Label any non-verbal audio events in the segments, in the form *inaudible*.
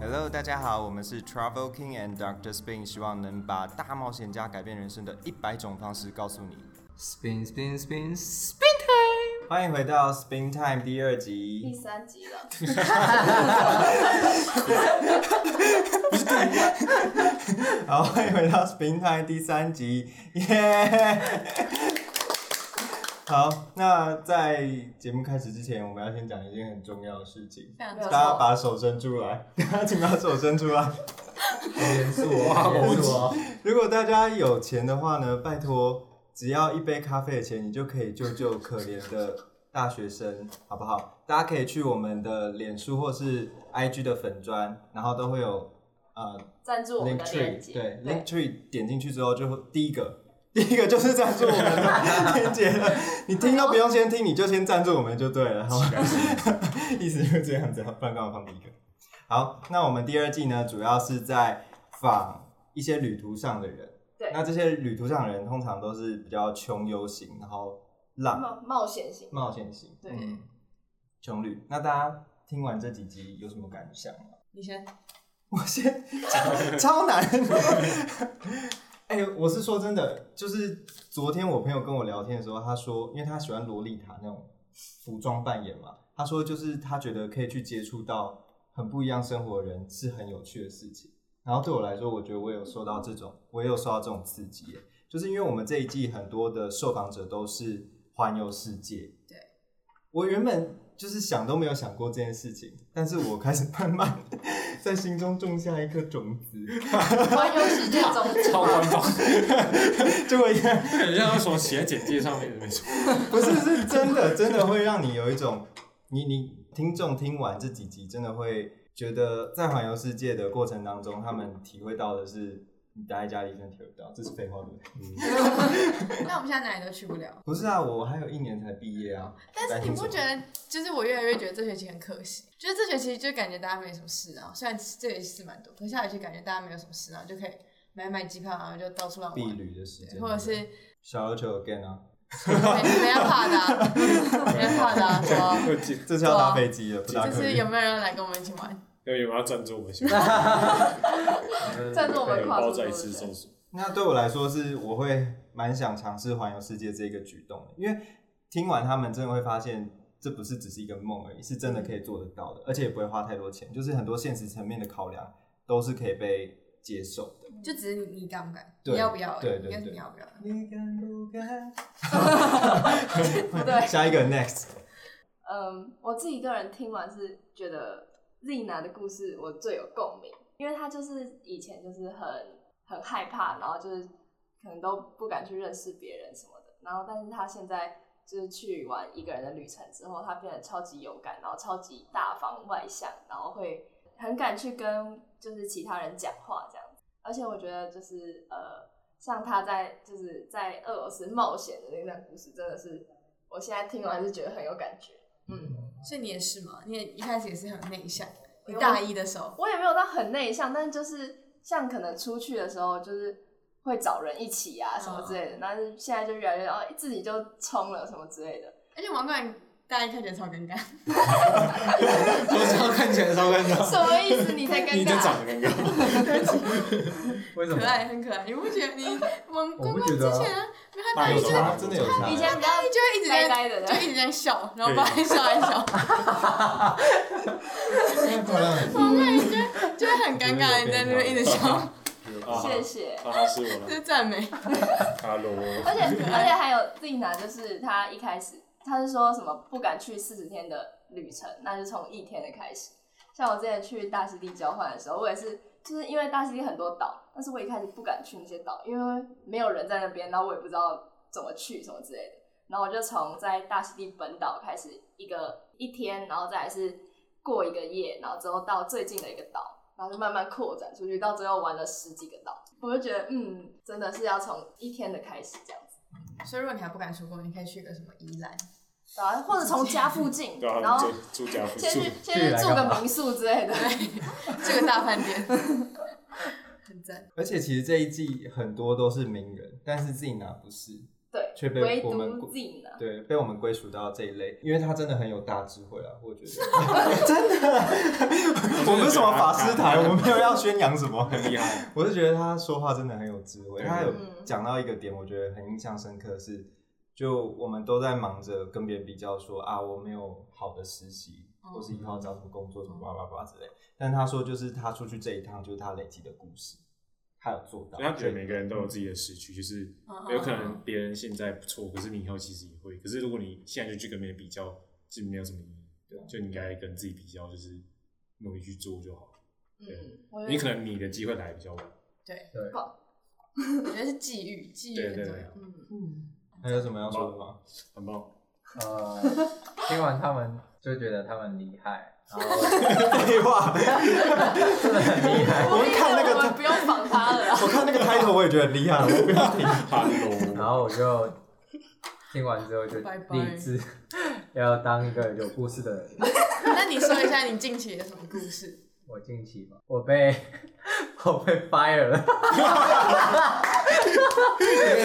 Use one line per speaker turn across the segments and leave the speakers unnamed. Hello，大家好，我们是 Travel King and Dr. Spin，希望能把大冒险家改变人生的一百种方式告诉你。Spin Spin Spin Spin Time，欢迎回到 Spin Time 第二
第
集。
三集了，
好，欢迎回到 Spin Time 第三集，耶、好，那在节目开始之前，我们要先讲一件很重要的事情。
非常
大
重
家
要。
把手伸出来，大家请把手伸出来。
严肃哦，严肃哦，
如果大家有钱的话呢，拜托，只要一杯咖啡的钱，你就可以救救可怜的大学生，好不好？大家可以去我们的脸书或是 IG 的粉砖，然后都会有呃
赞助我
link
们的
tree，
链接，
对 link tree 点进去之后就会第一个。第一个就是赞助我们
*laughs*
的链接了，你听都不用先听，你就先赞助我们就对了，好吗？
啊
*laughs* 意思就是这样子，哦不然干嘛放第一个？好，那我们第二季呢，主要是在访一些旅途上的人。
对
那这些旅途上的人通常都是比较穷游型，然后浪
冒冒险型，
冒险型，
对
嗯，穷旅。那大家听完这几集有什么感想吗？
你先，
我先超超难。哎、我是说真的，就是昨天我朋友跟我聊天的时候，他说，因为他喜欢洛丽塔那种服装扮演嘛，他说就是他觉得可以去接触到很不一样生活的人是很有趣的事情。然后对我来说，我觉得我有受到这种，我也有受到这种刺激耶，就是因为我们这一季很多的受访者都是环游世界。
对，
我原本就是想都没有想过这件事情，但是我开始慢慢 *laughs* 在心中种下一颗种子，
环游世界中
超官方，
结果也
很像什么写在简介上面的那种。
*laughs* 不是是真的，真的会让你有一种，你你听众听完这几集，真的会觉得在环游世界的过程当中，他们体会到的是你待在家里真的体会不到，这是废话对不对？
*laughs* 那我们现在哪里都去不了。
不是啊，我还有一年才毕业啊，
但是你不觉
得？
得，就是我越来越觉得这学期很可惜，就是这学期就感觉大家没什么事啊。虽然这学期是蛮多，可是下学期感觉大家没有什么事啊，就可以买买机票，然后就到处乱
避
玩，
旅的时间，
或者是
小琉球 again 啊， *laughs*
没没人怕的、啊，没人怕的、啊，说
我记
这次要搭飞机了，不搭
啊就
可
是
以
有。没有人来跟我们一起玩？
要有要赞助我们先，
赞助我们
有
跨
包
出
在
的
一次搜索。
那对我来说是，我会蛮想尝试环游世界这个举动的，因为听完他们真的会发现，这不是只是一个梦而已，是
嗯
真的可以做得到的，而且也不会花太多钱，就是很多现实层面的考量都是可以被接受的。
就只是你你敢不敢，
对
你要不要而已？
对对
应该是
对
你要不要而已？
你敢不敢？
不对，
下一个 next，
嗯，我自己个人听完是觉得丽娜的故事我最有共鸣，因为她就是以前就是很很害怕，然后就是可能都不敢去认识别人什么的，然后但是她现在就是去完一个人的旅程之后，她变得超级勇敢，然后超级大方外向，然后会很敢去跟就是其他人讲话这样子，而且我觉得就是呃。像她在就是在俄罗斯冒险的那段故事，真的是我现在听完是觉得很有感觉。嗯，
所以你也是嘛，你也一开始也是很内向，
我
你大一的时候，
我也没有到很内向，但就是像可能出去的时候，就是会找人一起啊什么之类的，但是现在就越来越哦自己就冲了什么之类的。
而且王冠大一看起来超尴 *laughs* 尬，
我超看起来超尴尬，
什么意思？你才尴
你就
尬？
长得尴尬，
为什么
可？爱很可爱，你不觉得你王
我
冠
不
冠
觉
之
得啊
前啊，因为他大一
有
就是
差，真的有差
以。前比较
大一就会一直
*laughs* 呆
在
呆的，
就一直在笑，然后不爱笑爱笑，我感觉就会很尴尬，你在那边一直笑，
啊
谢谢。
哈哈，是我
这
啊
了
是赞美。
而
，Hello，
且而且还有丽娜，就是她一开始她是说什么不敢去四十天的旅程，那就从一天的开始。像我之前去大溪地交换的时候，我也是就是因为大溪地很多岛，但是我一开始不敢去那些岛，因为没有人在那边，然后我也不知道怎么去什么之类的。然后我就从在大溪地本岛开始一个一天，然后再来是过一个夜，然后之后到最近的一个岛，然后就慢慢扩展出去，到最后玩了十几个岛。我就觉得，嗯，真的是要从一天的开始这样子，
所以如果你还不敢出国，你可以去个什么宜兰，
对啊，或者从家附近，
对啊，
然
他
后
们住住家附
先
近
去，先去住个民宿之类的。
这个大饭
*laughs*
店，很赞。
*laughs* 而且其实这一季很多都是名人，但是自己拿不是，
对，
却
唯
被我们
独自己呢，
对，被我们归属到这一类，因为他真的很有大智慧啊，我觉得真的， *laughs* 我们是什么法师台，我们没有要宣扬什么。
很厉害，
我是觉得他说话真的很有智慧。
对
他有
嗯
讲到一个点，我觉得很印象深刻是，就我们都在忙着跟别人比较说啊，我没有好的实习，
嗯
或是以后要找什么工作，什么叭叭叭之类。但他说，就是他出去这一趟，就是他累积的故事，他有做到。
所以他觉得每个人都有自己的时区，就是有可
嗯
能别人现在不错，可是你以后其实也会。可是如果你现在就去跟别人比较，是没有什么意义。
对啊
就你应该跟自己比较，就是努力去做就好。
嗯，我
你
觉
可
得
能你的机会来比较晚。
对，
对，
我觉得是际遇，际遇
对
很
对
重
对
要。嗯，
还有什么要说的吗？
很棒，
呃，听完他们就觉得他们厉害，然后
废话，
真的很厉害，
我
我们看那个
啊
我们不用仿他了啦，
我看那个 title 我也觉得很厉害，我不要
*laughs*
听。
Hello，
*laughs*
*laughs* 然后我就听完之后就
拜拜
立志要当一个有故事的人。
那你说一下你近期有什么故事？
我近期嘛，我被 *laughs* 我被 fire 了，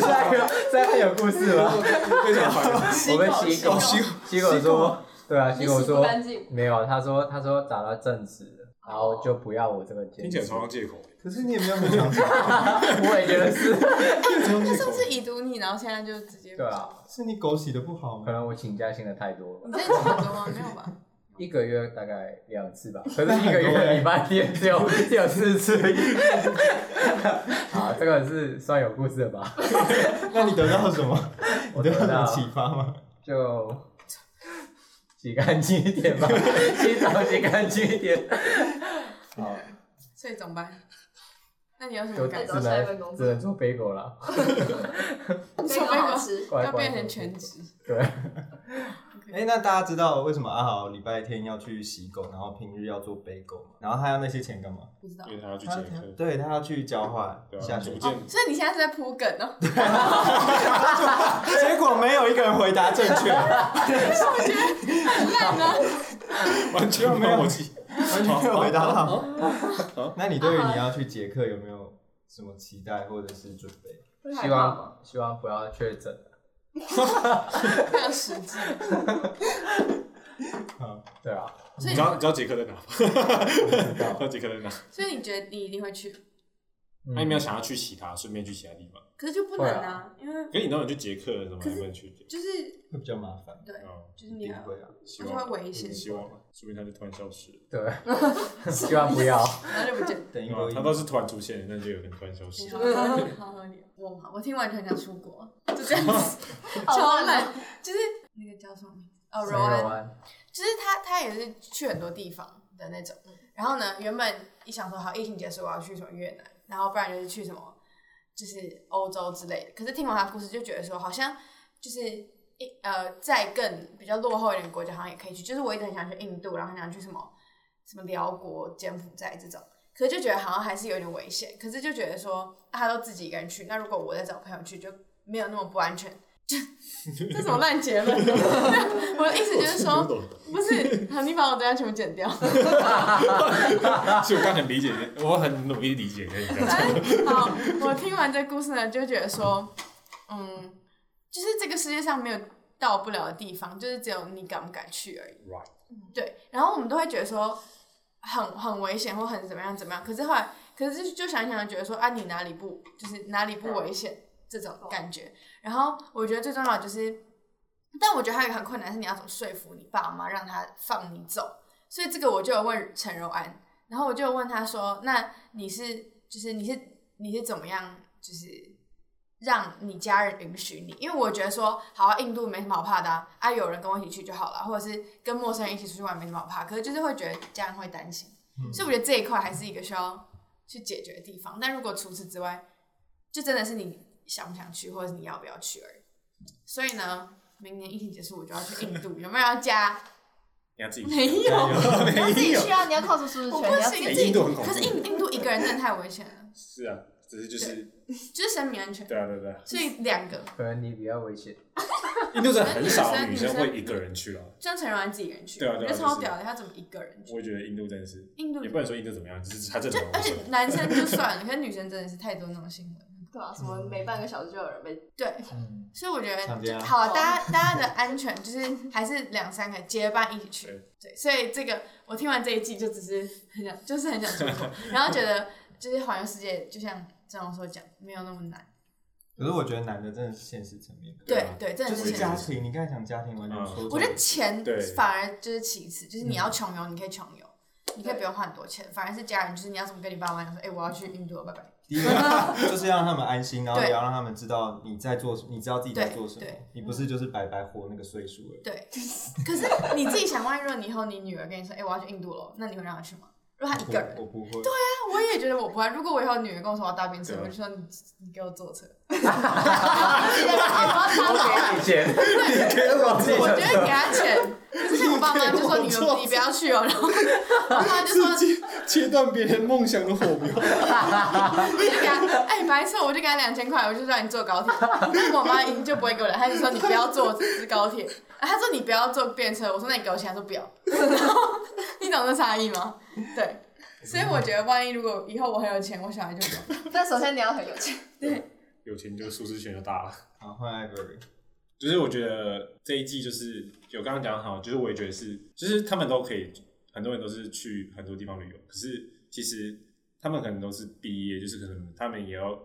下一个下一个有故事吗？
非常 *laughs* 好，
我被洗狗，
洗
洗狗说，对啊，洗
你
狗
洗不
说
干
*laughs*
净。
没有，他说他说找到正职了，然后就不要我这个兼
听起来
职
超，像借口，
可是你也没有很想
*laughs*
讲，
我也觉得是，
超像
他
借口
上。次已读你，然后现在就直接
对啊，
是你狗洗的不好
可
吗？
能我请假请的太多了
你。在讲什么？没有吧？
一个月大概两次 *laughs* 吧，可是一个月礼拜天只有只有四次。 *laughs* 好，这个是算有故事的 *laughs* 吧？
那你得到什么？你
我
得
得
到什么
到
启发吗？
就洗干净一点吧，洗澡洗干净一 *laughs* 点。好，
所以怎么办？那你有什
就
么感觉？
只
找下一份
能
工
只
作
能做 bagel 了，
非常好
*laughs*
吃。
乖
要
乖
变成全职？
对，
哎、那大家知道为什么阿豪礼拜天要去洗狗，然后平日要做背狗吗？然后他要那些钱干嘛？
不知道
因。为他要去接客，
对他要去交换
对
下
啊，
学
逐
期，
渐
所以你现在是在铺梗哦，
*laughs* 结果没有一个人回答正
*laughs*
确，
烂啊！
*laughs* 完全没有逻辑，
完全没有回答
哦
到
好。
*laughs* 那你对于你要去捷克有没有什么期待或者是准备？
会害
希
怕
*laughs*
吗？
望希望不要确诊。
非常实际。
对 *laughs* 啊，
所
你
以
知道你知道杰克在哪吗？
不知
知
道 *laughs*
道杰克在哪？
所以你觉得你一定会去，
那你没有
嗯
想要去其他，顺便去其他地方？
可是就不能啊，因为
可是你都能去捷克，怎么还
可是
不能去捷克？
就是
会比较麻烦，
对，
哦，
就
一
是你
定
要
会啊。
希
它就会
望
危险，
希望，说不定他就突然消失了。
对， *laughs* 希望不
*laughs*
要。
然后就不见。
等一
对啊
波嗯一
他倒是突然出现，但就有可能突然消失
你。好好合理，我我听完全想出国，就这样子，
好
超
烂
懒，就是那个叫什么名字？哦，柔
柔
安，
安，
就是他他也是去很多地方的那种。然后呢，原本一想说好，疫情结束我要去什么越南，然后不然就是去什么就是呃欧洲之类的。可是听完他的故事，就觉得说好像就是一呃，在更比较落后一点的国家，好像也可以去。就是我一直很想去印度，然后很想去什么什么辽国、柬埔寨这种。可是就觉得好像还是有点危险，可是就觉得说、啊、他都自己一个人去，那如果我再找朋友去，就没有那么不安全。 *laughs* 这这什么烂结论？我的意思
*laughs*
就是说，不是，好，你把我等下全部剪 *laughs* 掉。
所以我刚很理解你，我很努力理解你这样。
哎好，我听完这故事呢，就觉得说，嗯，就是这个世界上没有到不了的地方，就是只有你敢不敢去而已。
Right，
对，然后我们都会觉得说很很危险或很怎么样怎么样，可是后来，可是就想一想觉得说啊，你哪里不就是哪里不危险这种感觉。然后我觉得最重要的就是，但我觉得还有一个很困难是你要怎么说服你爸妈让他放你走，所以这个我就有问陈柔安，然后我就问他说，那你是就是你是你是怎么样就是。让你家人允许你，因为我觉得说，好、啊，印度没什么好怕的啊，啊，有人跟我一起去就好了，啊或者是跟陌生人一起出去玩没什么好怕，可是就是会觉得家人会担心，
嗯
所以我觉得这一块还是一个需要去解决的地方。但如果除此之外，就真的是你想不想去，或者是你要不要去而已。所以呢，明年疫情结束我就要去印度，有 *laughs* 没有要加？
你要自己去
没有，
加油
你要自
没
己
有
去啊！你要靠出舒适
我
圈，
不
你要自
行，
己
哎
自己
印度很恐怖
可是印印度一个人真的太危险了，
是啊，只是就是
就是生命安全。
对啊对啊对啊，
所以两个，
可能你比较危险。
印度人很少女生会一个人去啊。
像陈柔安自己一个人去，
对啊
我
对
觉
啊
得超
就是
屌的，他怎么一个人去？
我也觉得印度真的是，
印度
也不能说印度怎么样，只是他真
就
的很
而
危
且
险。
男生就算了，可是女生真的是太多那种新闻。
对啊，什么每半个小时就有人被
对，
嗯，
所以我觉
常见
得
啊
好，大家大家的安全就是还是两三个结伴一起去，对，所以这个我听完这一季就只是很想，就是很想出国，然后觉得就是环游世界，就像郑荣所讲，没有那么难，
可是我觉得男的真的是现实层面，
对
对啊
对，真
就
的
是
是
现
家
钱。
实
庭，你刚才讲家庭完全说中了，
我觉得钱
对
反而就是其次，就是你要穷游，你可以穷游，你可以不用花很多钱，反而是家人，就是你要怎么跟你爸妈讲说，哎，我要去印度了，拜拜。
第一个
*laughs*
就是要让他们安心，然后
对
也要让他们知道你在做，什，你知道自己在做什么
对对，
你不是就是白白活那个岁数而已。
对， *laughs* 可是你自己想，万一如果你以后你女儿跟你说，哎，我要去印度了，那你会让她去吗？如果她一个人。
我不我不会，
我也觉得我不爱。如果我以后女儿跟我说我要搭便车，
对啊
我就说你你给我坐车。我
*laughs* 给你钱， *laughs* 你给我自己
我
的
觉得给他钱，可是我爸妈就说你们你不要去哦，然后我爸妈就说
切切断别人梦想的火苗。
我就给他哎白色，我就给他两千块，我就让你坐高铁。但是我妈一定就不会给我了，她就说你不要坐高铁，啊她说你不要坐便车，我说那你给我钱，她说不要。 *laughs* 然后你懂这差异吗？对，所以我觉得万一如果以后我很有钱，我小孩就不要
但首先你要很有钱，
有钱就是舒适圈就大了。
啊
好换 Ivory，
就是我觉得这一季就是有刚刚讲得好，就是我也觉得是，就是他们都可以，很多人都是去很多地方旅游，可是其实他们可能都是毕业，就是可能他们也要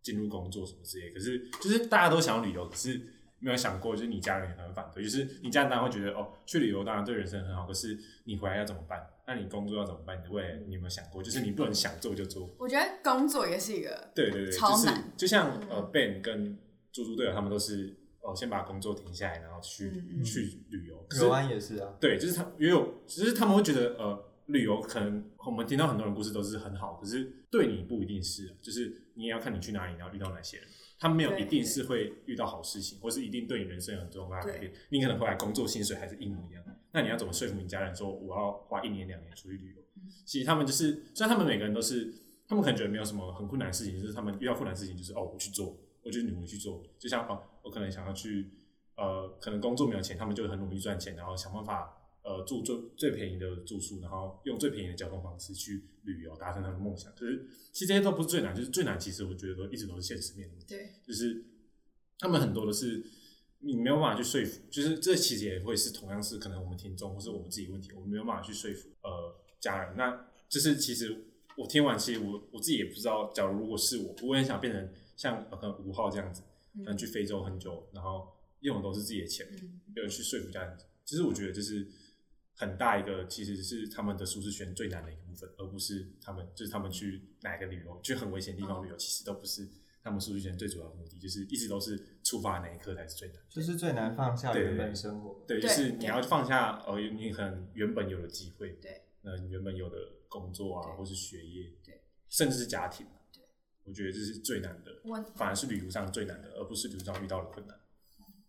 进入工作什么之类，可是就是大家都想要旅游，可是没有想过，就是你家人也很反对，就是你家人当然会觉得哦，去旅游当然对人生很好，可是你回来要怎么办？那你工作要怎么办？你的未来你有没有想过？就是你不能想做就做，
我觉得工作也是一个
对对对，
超
就是
难嗯
就像呃，Ben 跟猪猪队友他们都是哦，先把工作停下来，然后去、
嗯嗯
去旅游。可是
刘安也是啊，
对，就是他也有，只、是他们会觉得呃，旅游可能我们听到很多人故事都是很好，可是对你不一定是啊，就是你也要看你去哪里，然后遇到哪些人。他们没有
对
一定是会遇到好事情，或是一定对你人生有很重大改变。你可能回来工作薪水还是一模一样，那你要怎么说服你家人说我要花一年两年出去旅游？其实他们就是，虽然他们每个人都是，他们可能觉得没有什么很困难的事情，就是他们遇到困难的事情就是哦，我去做，我就努力去做。就像哦，我可能想要去呃，可能工作没有钱，他们就很努力赚钱，然后想办法呃住最最便宜的住宿，然后用最便宜的交通方式去旅游，达成他们的梦想。就是其实这些都不是最难，就是最难，其实我觉得都一直都是现实面的问题。
对
就是他们很多都是你没有办法去说服，就是这其实也会是同样是可能我们听众或是我们自己问题，我们没有办法去说服呃家人。那就是其实我听完，其实我我自己也不知道，假如如果是我，我也很想变成像呃可能吴昊这样子，可能去非洲很久，然后用的都是自己的钱，
嗯
没有去说服家人。其实我觉得这是很大一个，其实是他们的舒适圈最难的一个部分，而不是他们就是他们去哪个旅游，去很危险的地
嗯
方旅游，其实都不是他们舒适圈最主要的目的，就是一直都是出发的那一刻才是最难的。
就是最难放下
对
原本生活。
对，就
对
是你
对
要放下呃，你可能原本有的机会，
对，
那你原本有的工作啊，
对
或是学业，
对，
甚至是家庭，啊
对，
我觉得这是最难的，
我
反而是旅途上最难的，而不是旅途上遇到的困难。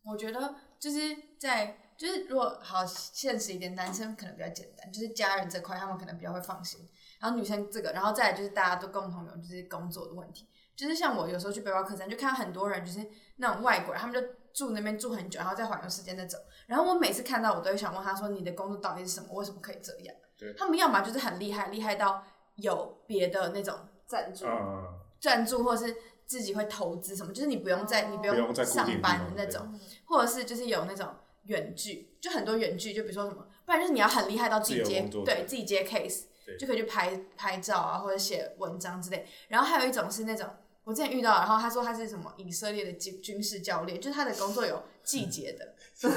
我觉得就是在就是如果好现实一点，男生可能比较简单，就是家人这块他们可能比较会放心。然后女生这个，然后再来就是大家都共同有就是工作的问题，就是像我有时候去背包客栈，就看到很多人就是那种外国人，他们就住那边住很久，然后再环游世界那种。然后我每次看到，我都会想问他说：“你的工作到底是什么？为什么可以这样
对？”
他们要么就是很厉害，厉害到有别的那种
赞助，
啊，
赞助，或是自己会投资什么，就是你不用再你不
不用
用
再固定
上
地
班的
方
那
对
种。或者是就是有那种远距，就很多远距，就比如说什么，不然就是你要很厉害到自己
自由
接
工作者
对自己接 case，
对
就可以去拍拍照啊，或者写文章之类。然后还有一种是那种我之前遇到，然后他说他是什么以色列的军军事教练，就是他的工作有季节
*laughs*
的， *laughs*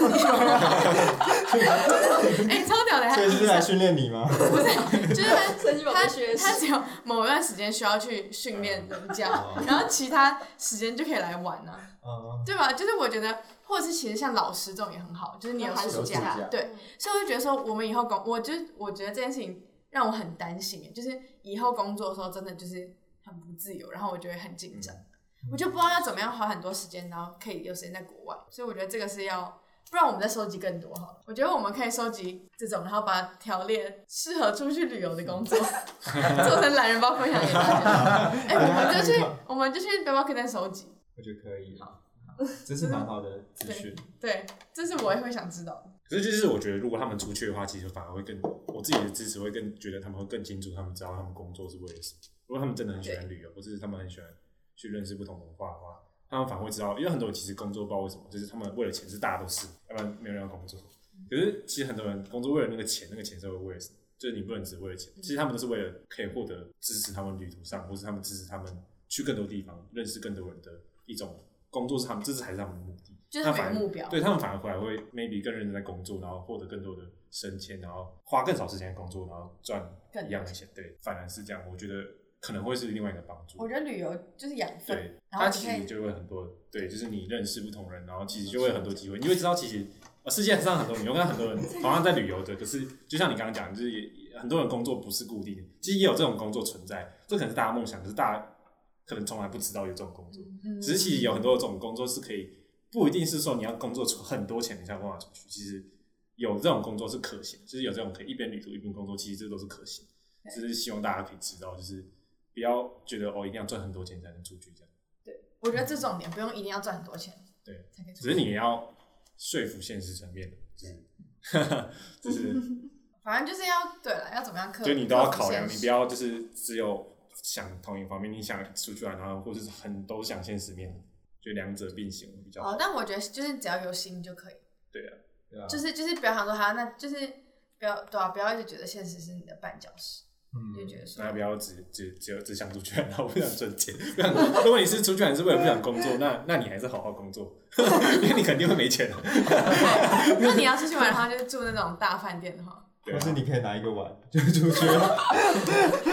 哎、超屌的，他
所以是
以
来
色
训练你吗？
就是他
神奇宝
*laughs*
贝
他
学
他
习，
只有某一段时间需要去训练人家，
哦
*laughs* 然后其他时间就可以来玩啊。
嗯，
对吧？就是我觉得，或者是其实像老师这种也很好，就是你有暑
有暑假
对，所以我就觉得说，我们以后工，我就是我觉得这件事情让我很担心，欸就是以后工作的时候真的就是很不自由，然后我就会很紧张，
嗯
我就不知道要怎么样花很多时间，然后可以有时间在国外，所以我觉得这个是要。不然我们再收集更多好了。我觉得我们可以收集这种，然后把它条列适合出去旅游的工
*laughs*
作，做成懒人包分享给大家。哎、我们就去，我们就去背包客栈收集。
我觉得可以，这是蛮好的资讯。
对，这是我也会想知道的。
可是就是我觉得，如果他们出去的话，其实反而会更，我自己的支持会更觉得他们会更清楚，他们知道他们工作是为了什么。如果他们真的很喜欢旅游，或者是他们很喜欢去认识不同文化的话，他他们反而会知道，因为很多人其实工作不知道为什么，就是他们为了钱是大家都是，要不然没有人要工作。
嗯
可是其实很多人工作为了那个钱，那个钱是会为了什么，就是你不能只为了
嗯
钱，其实他们都是为了可以获得支持他们旅途上，或是他们支持他们去更多地方，认识更多人的一种工作是他们，这是才是他们的目的。
就是
那
没
反
有
而
目标。
对他们反而回来会 maybe 更认真在工作，然后获得更多的升迁，然后花更少时间在工作，然后赚
更
一样的钱。对，反而是这样，我觉得可能会是另外一个帮助。
我觉得旅游就是养分，
对，
哦然后
它
你
其
可
实
以
就会很多，对，就是你认识不同人，然后其实就会有很多机会，你会知道其实呃世界上很多，你会看很
*laughs*
多人好像在旅游的，可是就像你刚刚讲，就是也也很多人工作不是固定的，其实也有这种工作存在，这可能是大家梦想，可是大家可能从来不知道有这种工作，
嗯
只是其实有很多种工作是可以，不一定是说你要工作出很多钱你才有办法出去，其实有这种工作是可行，就是有这种可以一边旅途一边工作，其实这都是可行，只是希望大家可以知道，就是不要觉得哦一定要赚很多钱才能出去这样。
我觉得这重点不用一定要赚很多钱，
对，
才可以出
只是你也要说服现实层面的，就是，就是，
反正就是要对了，要怎么样克，
就你都要考量，
克服现
你不
实
要就是只有想同一方面，你想出去玩，然后或者是很都想现实面，就两者并行比较好。
哦，但我觉得就是只要有心就可以，
对啊，
对啊，
就是就是不要想说哈，那就是不要对啊，不要一直觉得现实是你的绊脚石，
嗯
就觉得说
那不要只只只有只想出去玩，然后不想赚钱。 *laughs* 不想如果你是出去玩是为了不想工作，那那你还是好好工作， *laughs* 因为你肯定会没钱啊的。哎
对，那你要出去玩的话，就是住那种大饭店的话，
对
或
啊
是，你可以拿一个
*laughs*
碗就出去了。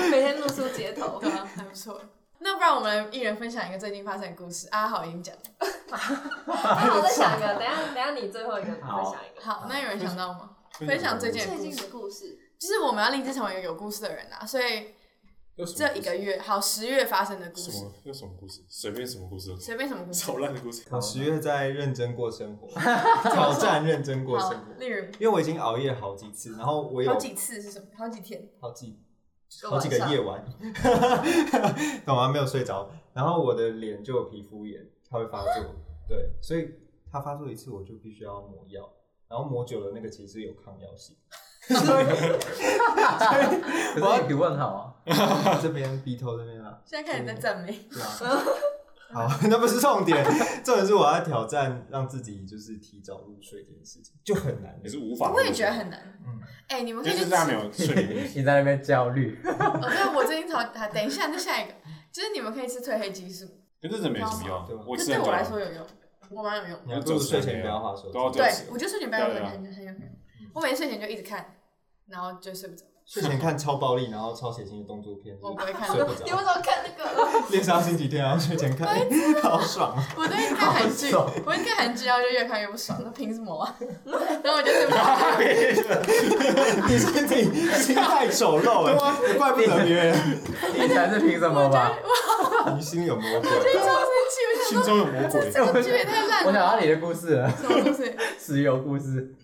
每天露宿街头
对。啊，还不错。那不然我们一人分享一个最近发生的故事，阿豪已经讲了，
那我再想一个，等一下等一下你最后一个，你再
好
想一个。
好，那有人想到吗？分享最近
最近的故事，
就是我们要立志成为一个有故事的人啊，所以这一个月好十月发生的故
什
事，
么有什么故事，随便什么故事都可以，
随便什么故事，
*laughs* 超烂的故事。
我十月在认真过生活，挑战认真过生
好
活，，
例如
因为我已经熬夜了好几次，然后我有
好几次是什么？好几天？
好几
个
好几个
晚上
夜晚， *laughs* 懂吗？没有睡着，然后我的脸就有皮肤炎，它会发作，对，所以它发作一次我就必须要抹药，然后抹久了那个其实有抗药性，
*laughs*
*laughs*
可是你皮肤很好啊，
这边鼻头这边啦，
现在开始在赞美，
对
*laughs*
啊。好， *laughs* 那不是重点，重点是我要挑战让自己就是提早入睡这件事情，就很难
也。是无法。
我也觉得很难。
嗯，
哎、你们可
就
以去
是
吃。
大家没有睡眠。
你在那边焦 *laughs* 虑，
哦，对，我最近超……好，等一下，再下一个，就是你们可以吃褪黑激素，
可是这没什么
对啊
用，我
这
吃
对
很
我
多
来说有用，我蛮有用。
你要不如睡前不要划手
啊都要
机，
对
对
是，
我觉得睡前不要
对
很
啊
很很有用。我每天睡前就一直看，然后就睡不着。
睡前看超暴力然后超血腥的动作片，
我不会看
睡不
*laughs*
你
着。
为什么看那个？
练上星期天然后睡前看，
哎
好爽啊！
我都一直看韩剧，
好
我一看韩剧，然后就越看越不爽，那凭什么啊？ *laughs* 然后我就睡不
*laughs*
着。
你是自己心态丑陋
啊
哎，怪不得别人，
你才是凭什么吧？
你心里有魔鬼。
就超生气，
心中有魔鬼。
我想说这个剧也太烂
我
了
想
吧，
到你的故事了，
什么东西？
石油故事，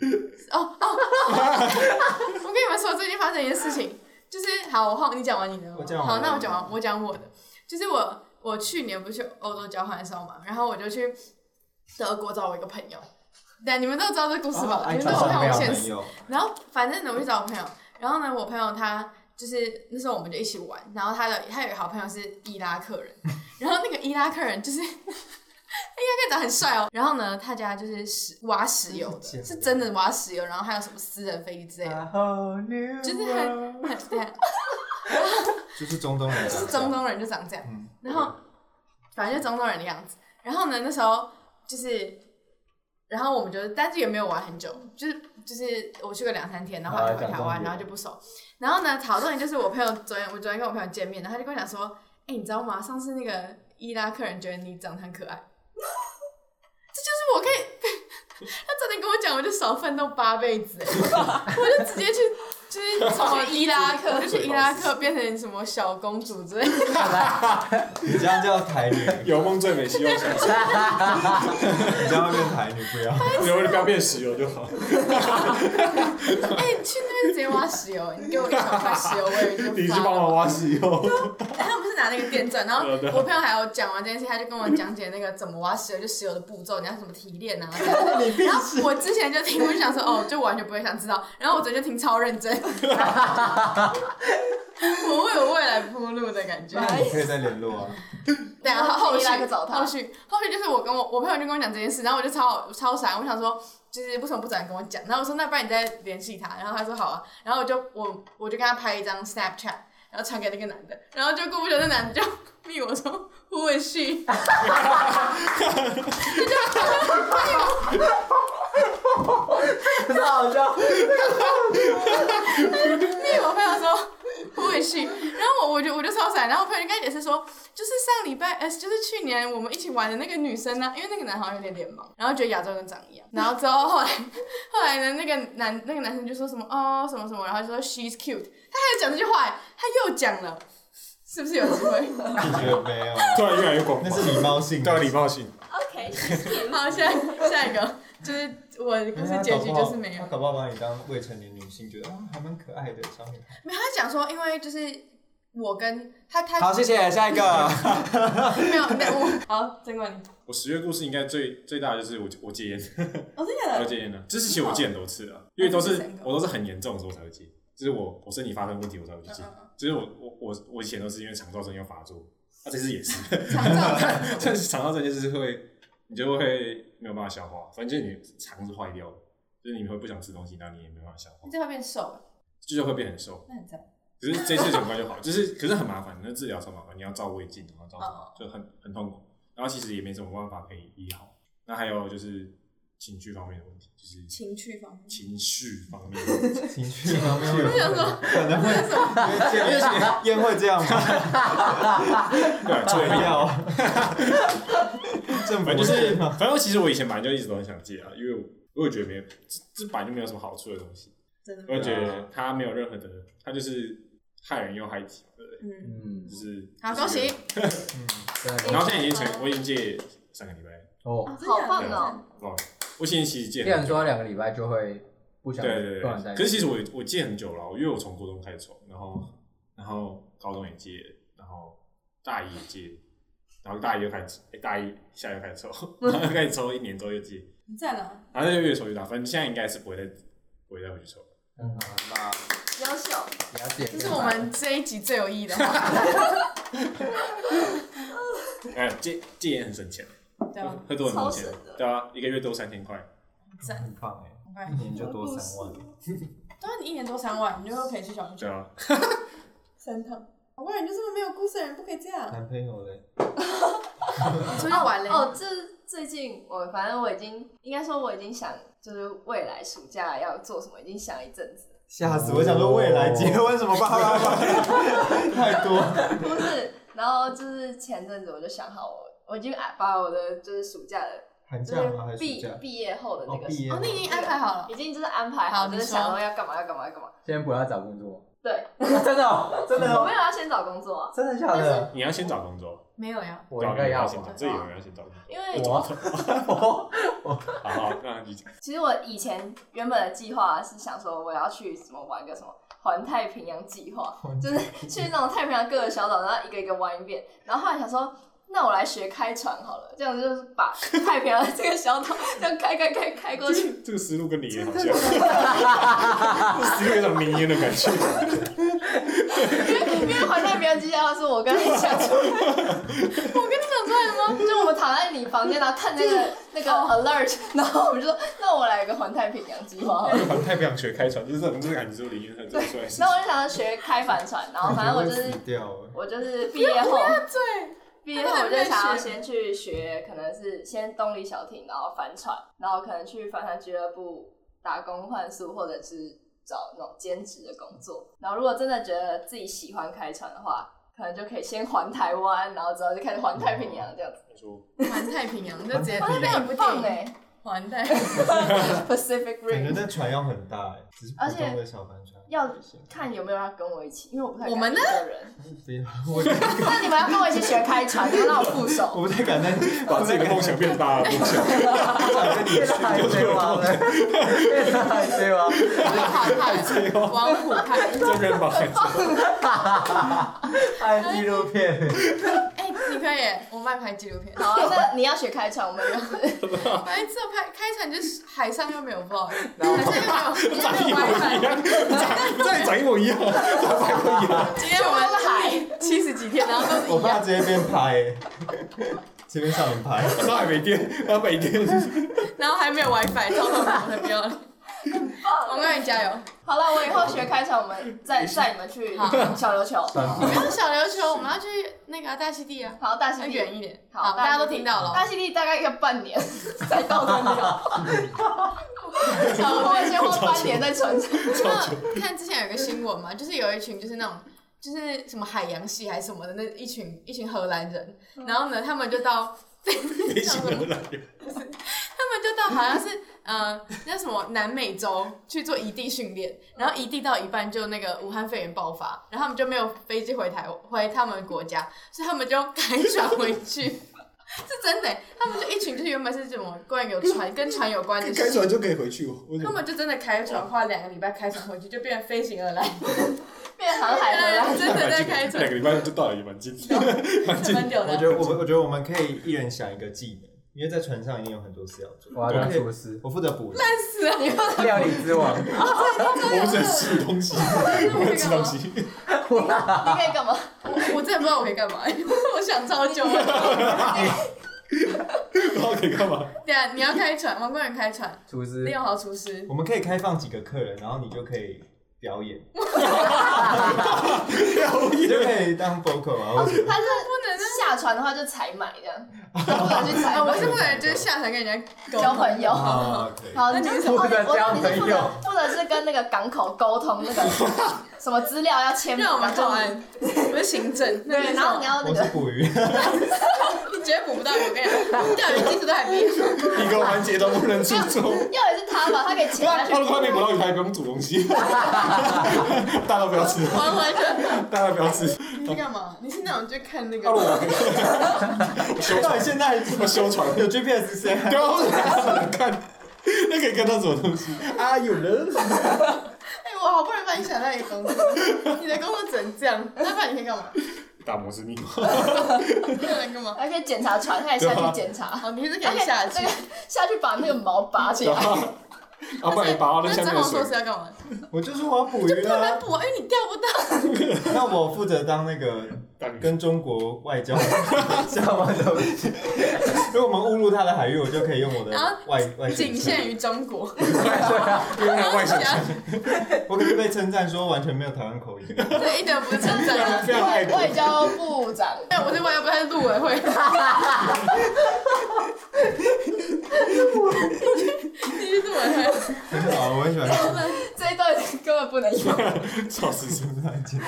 我跟你们说，最近发生一件事情，就是好，我换你讲完你的吗，哦
我讲完
好，那
了
我讲完，我讲我的，就是我我去年不是去欧洲交换的时候嘛，然后我就去德国找我一个朋友，但你们都知道这故事
哦
吧？你们
哎
都有
找啊上
看我
没有
现
朋
实，
友，
然后反正呢，我去找我朋友，然后呢，我朋友他就是那时候我们就一起玩，然后他的他有一个好朋友是伊拉克人， *laughs* 然后那个伊拉克人就是 *laughs* 伊拉克人长得很帅哦，然后呢，他家就是石挖石油的， *laughs* 啊是真的挖石油，然后还有什么私人飞机之类的，就是很很对啊，
就是中东人，啊
就是中，东人就长这样，
嗯，
然后反正就中东人的样子，然后呢，那时候就是。然后我们就，但是也没有玩很久，就是就是我去个两三天，然后
好
我
来
就回
讲
台
重
湾，
点
然后就不熟。然后呢，讨论就是我朋友昨天，我昨天跟我朋友见面，然后他就跟我讲说，哎、你知道吗？上次那个伊拉克人觉得你长得很可爱， *laughs* 这就是我可以， *laughs* 他早点跟我讲，我就少奋斗八辈子，哎 *laughs* 我就直接去，就是从伊拉克，我就去伊拉克变成什么小公主之类 *laughs* 的。
你这样叫台女，
有梦最美，希望相
你
信。
这样会变台女，不要。
有你不要变石油就好。
哎、你去那边直接挖石油，你给我一小块石油，我也就
你去
发
帮
了
忙挖石油。
哎 *laughs* 他们不是拿那个电钻，然后
对啊对啊
我朋友还有讲完这件事，他就跟我讲解那个怎么挖石油，就石油的步骤，你要怎么提炼
*laughs*
啊。然后我之前就听，我就想说哦，就完全不会想知道。然后我昨天就听超
*laughs*
认真，我为我未来铺路的感觉。
*laughs*
哎
那你可以再联络啊，
对啊，后后
伊
续
拉克找他
后续后续就是我跟我我朋友就跟我讲这件事，然后我就超超傻，我想说就是为什么不早点跟我讲？然后我说那不然你再联系他，然后他说好啊，然后我就我我就跟他拍一张 Snapchat，然后传给那个男的，然后就过不久那男的就密我说 Who is she？ *laughs*
很好笑。
因为我朋友说不会去，然后我我就我就超闪，然后我朋友就跟他解释说，就是上礼拜，呃，就是去年我们一起玩的那个女生呢、因为那个男好像有点脸盲，然后觉得亚洲人长一样，然后之后后来后来呢，那个男那个男生就说什么哦什么什么，然后就说 she's cute，他还有讲这句话欸，他又讲了，是不是有机会？
你觉得没有？
突然越来越广
那
泛，
是礼貌性
对
的，
啊礼貌性，
OK，
*laughs* 好，下下一个就是我的故
可
事结局就是没有
他。哎搞不好把你当未成年女性，觉得啊还蛮可爱的小女孩。
没有，他讲说，因为就是我跟他他
好，谢谢，下一个。
没有没有我好，真管你，
我十月故事应该最最大的就是我我戒烟，
我真的
我戒烟了。这是其实我戒很多次了，因为都
那
是
你是谁
我都是很严重的时候才会戒，就是我我身体发生问题我才会去戒
嗯嗯。
就是我我我我以前都是因为肠燥症要发作，啊这次也是， *laughs*
长照长照
但是肠道症就是会，你就会没有办法消化，反正就是你肠是坏掉的，就是你会不想吃东西，然后你也没办法消化
你，这方面瘦了。
就是会变很瘦。
那很赞。
可是这次很快就好，就是可是很麻烦，那治疗超麻烦，你要照胃镜，然后照什
嗯
么，就很很痛苦。然后其实也没什么办法可以医好。那还有就是情绪方面的问题，就是
情趣方
*laughs*
面，
情绪方面的问题。
情绪方面，
嗯
我
想说
可能会烟烟会这样吗？
对，
不 *laughs*
作业
要，政府
反正就是，
吗？
反正其实我以前本来就一直都很想戒啊，因为我我也觉得没有，这这本来就没有什么好处的东西，
真的
我
吗
也觉得它没有任何的，它就是害人又害己嘛，对不对？
嗯，
嗯
就，是
好，恭喜！
对
然后现在已经成，我已经戒上个礼拜，
哦，
好棒哦！
哦，我现在其实戒
别人
很久
说，两个礼拜就会不想
对对
不想
对，
再
可是其实我我戒很久了，因为我从高中开始抽，然后然后高中也戒，然后大一也戒，然后大一又开始，哎大一下又开始抽，然后又开始抽一年之后又戒，
你在哪？
然后就越抽越大，反正现在应该是不会再不会再回去抽了。
嗯，好吧，
优秀，
也要点。
这是我们这一集最有意义的话，
哎，戒戒烟很省钱，
对吧？
喝多很多钱
超省的，
对啊，一个月多三千块，
很棒哎，
很快
一，年就多三万。
对啊，你一年多三万，你就可以去小红
对
书
啊，
三趟。我问你，就这么没有故事的人，不可以这样。
男朋友嘞？
你出去玩嘞？
哦，这最近我反正我已经应该说我已经想，就是未来暑假要做什么，已经想一阵子了。
吓死我！想说未来结婚什么吧吧 *laughs* 吧，太多。
不是，然后就是前阵子我就想好我，我已经把我的就是暑假的，
寒
就
假吗？还是
是
暑
毕
假？
毕业后的那
哦，
个，
毕业
哦
吗。，
你已经安排好了。
已经就是安排好，
好
就是
你说
想说要干嘛要干嘛要干嘛。
先不要找工作，
对，
啊真的哦真的
我
哦
没有要先找工作啊，
真的假的？
你要先找工作，
没有呀，
我应该要
要
吧
先找，这有人要先找工作，
因为
我我
好好，那你讲
其实我以前原本的计划是想说我要去什么玩个什么环太平洋计划，就是去那种太平洋各个小岛，然后一个一个玩一遍。然后后来想说，那我来学开船好了，这样子就是把太平洋这个小岛 *laughs* 这样开开开开过去。
这个思路跟你也好像，思路有种迷烟的感觉，
因为环太平洋计划是我跟你讲出 *laughs* 来的，
我跟你讲出来了吗？
就我们躺在你房间，然后看那个那个 alert，然后我们就说，那我来一个环太平洋计划好了。 *laughs*
环太平洋学开船，就是这种这个感觉，哎就是林烟很做出来的事情
然后我就想要学开帆船，然后反正我就是
死掉了。
我就是毕业后。
对，
毕业后我就想要先去学，可能是先动力小艇，然后帆船，然后可能去帆船俱乐部打工换宿，或者是找那种兼职的工作。然后如果真的觉得自己喜欢开船的话，可能就可以先环台湾，然后之后就开始环太平洋这样子。
你说
环太平洋，你就直接
环太
被
平
一部
很棒
电影
哎、 *laughs*
《环太平洋
p a c i f i c
感觉
Rim。
那船要很大哎，只是普通的小帆船。
要看有没有要跟我一起，因为我不太
我们呢
敢一个人。
*laughs* 不要我
*laughs* 那你们要跟我一起学开船，你们让我副手。
我不太敢 *laughs* 再
把自己的梦想变大了，梦想
变成海 *laughs* 贼王了，变成海贼王，》
就是航海王虎海。
真人版，
拍纪录片，
哎，你可以耶，我们爱拍纪录片。
*laughs* 好、啊，那你要学开船，我们就
白痴，拍开船就是海上又没有 vlog，海上又没有，
*laughs* 长
又
一
没有 WiFi。
模一样，长再长
*laughs*
一模一样，
今天我们
海
今七十几天，然后都是
我
一样
爸直接变拍、 *laughs* 欸，这边少年拍，
我到海没电，到北电，
然后还没有 WiFi，超恐怖的，不
*laughs*
要脸。我们让你加油！
好了，我以后学开场，我们再带你们去小琉球，
我们要小琉球，我们要去那个啊大溪地啊，
好，大溪
要
地
远一点。
好，
大家都听到了
大。溪地大概要半年才到得了，
好
我
*laughs*
也先花半年在存着。
那看之前有一个新闻嘛，就是有一群就是那种就是什么海洋系还是什么的那一群一群荷兰人，然后呢，他们就到
飞行的来
*laughs* 他们就到好像是呃那什么南美洲去做异地训练，然后异地到一半就那个武汉肺炎爆发，然后他们就没有飞机回台回他们国家，所以他们就改转回去， *laughs* 是真的欸、他们就一群就是原本是什么关于有船跟船有关的
开
事
船，就可以回去哦。为什
他
么？
们就真的开船花两个礼拜开船回去，就变成飞行而来，
变航海回 *laughs* 来，
真的在开
两
船，
个礼拜就到了，也蛮近，蛮近。
蛮屌
我
的
觉。得我们我觉得我们可以一人想一个技能，因为在船上一定有很多事要做。
我要当厨 *laughs* 师，
我负责捕鱼，
死啊！你们
料理之王，
我不能吃东西，我能吃东西。
你可以干嘛？
*laughs* 我我真的不知道我可以干嘛，我想超久了。
*laughs* 然后可以干嘛？
对啊，你要开船，王冠元开船，
厨师
利，用好厨师。
我们可以开放几个客人，然后你就可以表
*laughs*
演，你就可以当 vocal 啊，或者
他是下船的话就采买这样，不能去采
啊，我
买，
是不能就是下船跟人家沟
交
通。
朋友。
啊，可以。
哦好，你是哦
负责
我知道
交
你是负责
朋友
负责是跟那个港口沟通那个 *laughs* 什么资料要签，
让我们报
然后
案，我们行政。
对，然后你要那
我
个
是捕鱼，
*laughs* 你绝对补不到，我跟你讲，钓鱼技术都还没有。
一个环节都不能出错。
要也是他吧，他给
不
钱
然 *laughs*
下去
他。如果他没捕到鱼，他也不用煮东西。大家都不要吃，
完完全，
大家都不要吃。
你是干嘛？你是那种就看那
那如
个，
果我修
到
船
底，现在
我修船，
有 GPS 谁还
对啊，我想看，那可以看到什么东西啊？有人
哎，我好不容易把你想到一个工作，你的工作只能这样，那不然你可以干嘛？
打摩斯密码，
你能干嘛？
还可以检查船，他也下
对
去
啊
检查，
哦，你是可
他可
以
以
下去
那个。下去把那个毛拔起
对
来。
啊，啊，不然你拔到那
那
下
张
面
浩
的
硕
水
士。要干嘛？
*laughs* 我就说我要捕
不
鱼
能
啊，
补，因为你钓不到。
啊
那我负责当那个跟中国外交， *laughs*
*laughs* 什么东西？
如果我们误入他的海域，我就可以用我的
啊
外外
仅限于中国，
因为那外省
*laughs* 其他
*laughs* 我可是被称赞说完全没有台湾口音， *laughs*
对一点不是真的。
非常爱国，
外交部长，
对，我是外，不是陆委会。你是陆委会。
很好，我很喜欢
*laughs* 这一段根本不能用。
超时生。
*laughs* 称赞姐姐。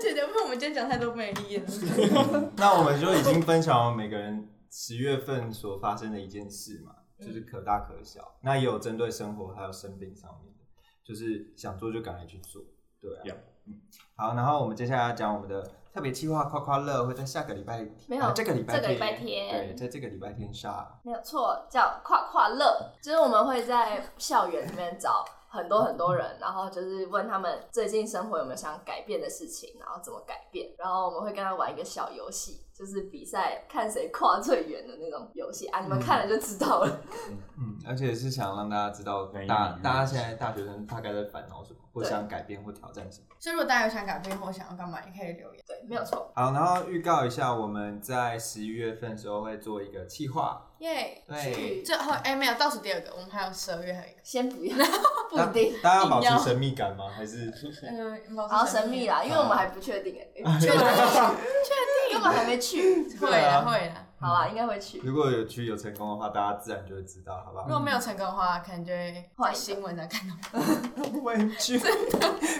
姐姐，不然我们今天讲太多没意义了。
那我们就已经分享了每个人十月份所发生的一件事嘛，就是可大可小。那也有针对生活还有生病上面的，就是想做就赶快去做，对啊。
Yeah
嗯，好，然后我们接下来要讲我们的特别计划夸夸乐，会在下个礼拜
没
*laughs*
有
啊这个礼拜
这个礼拜天
对，在这个礼拜天上。
没有错，叫跨跨乐，就是我们会在校园里面找很多很多人，然后就是问他们最近生活有没有想改变的事情，然后怎么改变，然后我们会跟他玩一个小游戏，就是比赛看谁跨最远的那种游戏啊，你们看了就知道了。
嗯，而且是想让大家知道
哪一
大
年
大家现在大学生大概在烦恼什么，或
对
想改变或挑战什么。
所以如果大家有想改变或想要干嘛，也可以留言。
对，没有错，
好，然后预告一下，我们在十一月份的时候会做一个企划，
耶！
对，
最后哎，没有倒数第二个，我们还有十二月还有一个。
先不要，
*laughs*
不
大
一定。
大家要保
硬要
持神秘感 *laughs* 吗？还是
嗯，
然后神秘啊
啦。
啦，因为我们还
*laughs*
不确定哎、
啊
欸，确定确定，根本还没去。
*laughs* 会啦会啊
*laughs*
啦。
好啦，应该会去。
如果有去有成功的话，大家自然就会知道，好不
嗯
如果
好？
没有成功的话，可能就会在新闻上啊看到。
不 *laughs* 会去，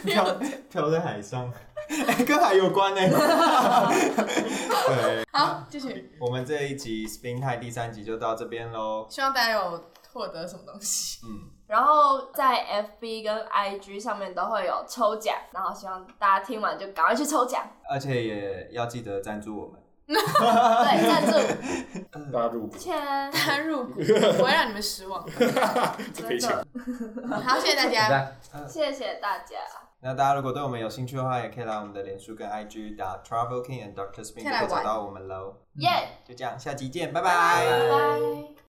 没有
漂漂在海上， *laughs* 哎跟海有关呢。 *laughs* 对，
好，继续。
我们这一集 Spin 泰第三集就到这边喽。
希望大家有获得什么东西。
嗯，
然后在 FB 跟 IG 上面都会有抽奖，然后希望大家听完就赶快去抽奖，
而且也要记得赞助我们。
对，赞助
大家入股，
签，
*laughs* 大家入股，不会让你们失望。
这赔钱
真。的，
好，谢谢大
好 *laughs*
家。
的
谢谢大家，
那大家如果对我们有兴趣的话，也可以来我们的脸书跟 IG 打 Travel King and Doctor Spin
可
就
以
可
来
以找
玩
到我们喽。
耶，
就这样，下集见，拜
拜
拜
拜。